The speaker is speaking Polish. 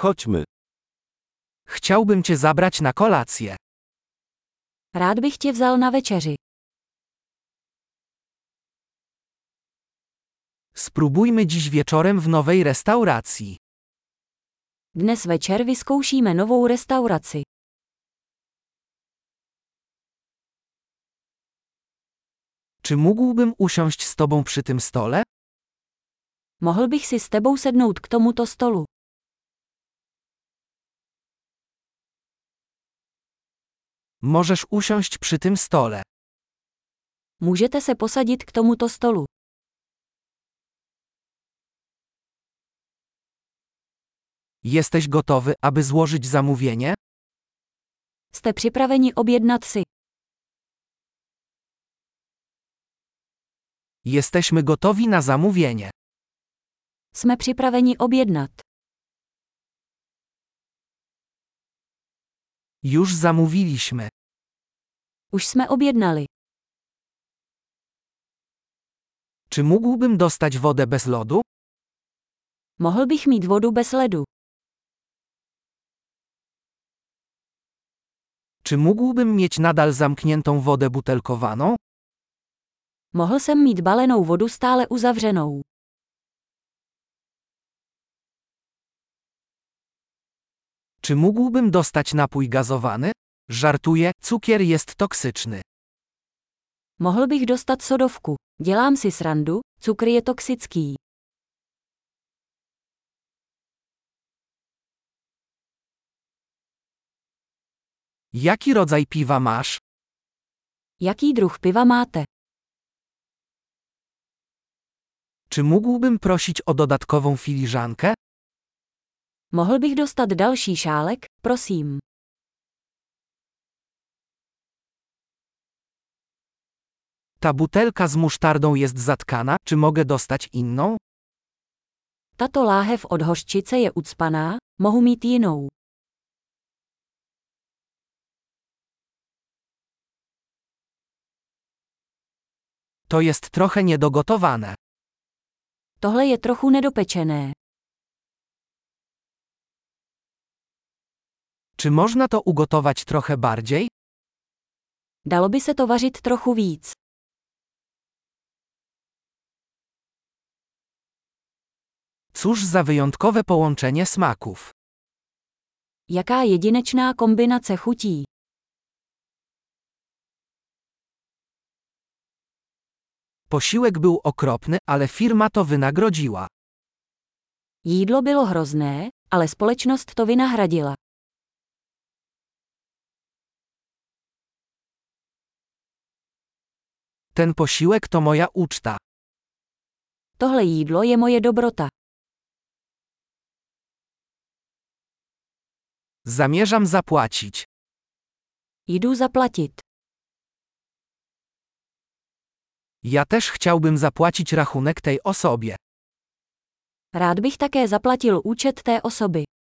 Chodźmy. Chciałbym cię zabrać na kolację. Rád bych tě vzal na večeři. Spróbujmy dziś wieczorem w nowej restauracji. Dnes večer vyzkoušíme novou restauraci. Czy mógłbym usiąść z tobą przy tym stole? Mohl bych si s tebou sednout k tomuto stolu. Możesz usiąść przy tym stole. Můžete se posadit k tomuto stolu. Jesteś gotowy, aby złożyć zamówienie? Jste připraveni objednat si. Jesteśmy gotowi na zamówienie. Jsme připraveni objednat. Już zamówiliśmy. Už jsme objednali. Czy mógłbym dostać wodę bez lodu? Mohl bych mít vodu bez ledu. Czy mógłbym mieć nadal zamkniętą wodę butelkowaną? Mohl jsem mít balenou vodu stále uzavřenou. Czy mógłbym dostać napój gazowany? Żartuję, cukier jest toksyczny. Mohl bych dostat sodovku. Dělám si srandu, cukr je toxický. Jaki rodzaj piwa masz? Jaký druh piva máte? Czy mógłbym prosić o dodatkową filiżankę? Mohl bych dostat další šálek, prosím. Ta butelka z musztardą jest zatkana, czy mogę dostać inną? Tato láhev od hořčice je ucpaná, mohu mít jinou. To jest trochę niedogotowane. Tohle je trochu nedopečené. Czy można to ugotować trochę bardziej? Dalo by se to vařit trochu víc. Cóż za wyjątkowe połączenie smaków. Jaká jedinečná kombinace chutí. Posiłek był okropny, ale firma to wynagrodziła. Jídlo bylo hrozné, ale společnost to vynahradila. Ten posiłek to moja uczta. Tohle jídlo je moje dobrota. Zamierzam zapłacić. Jdu zaplatit. Ja też chciałbym zapłacić rachunek tej osobie. Rád bych také zaplatil účet té osoby.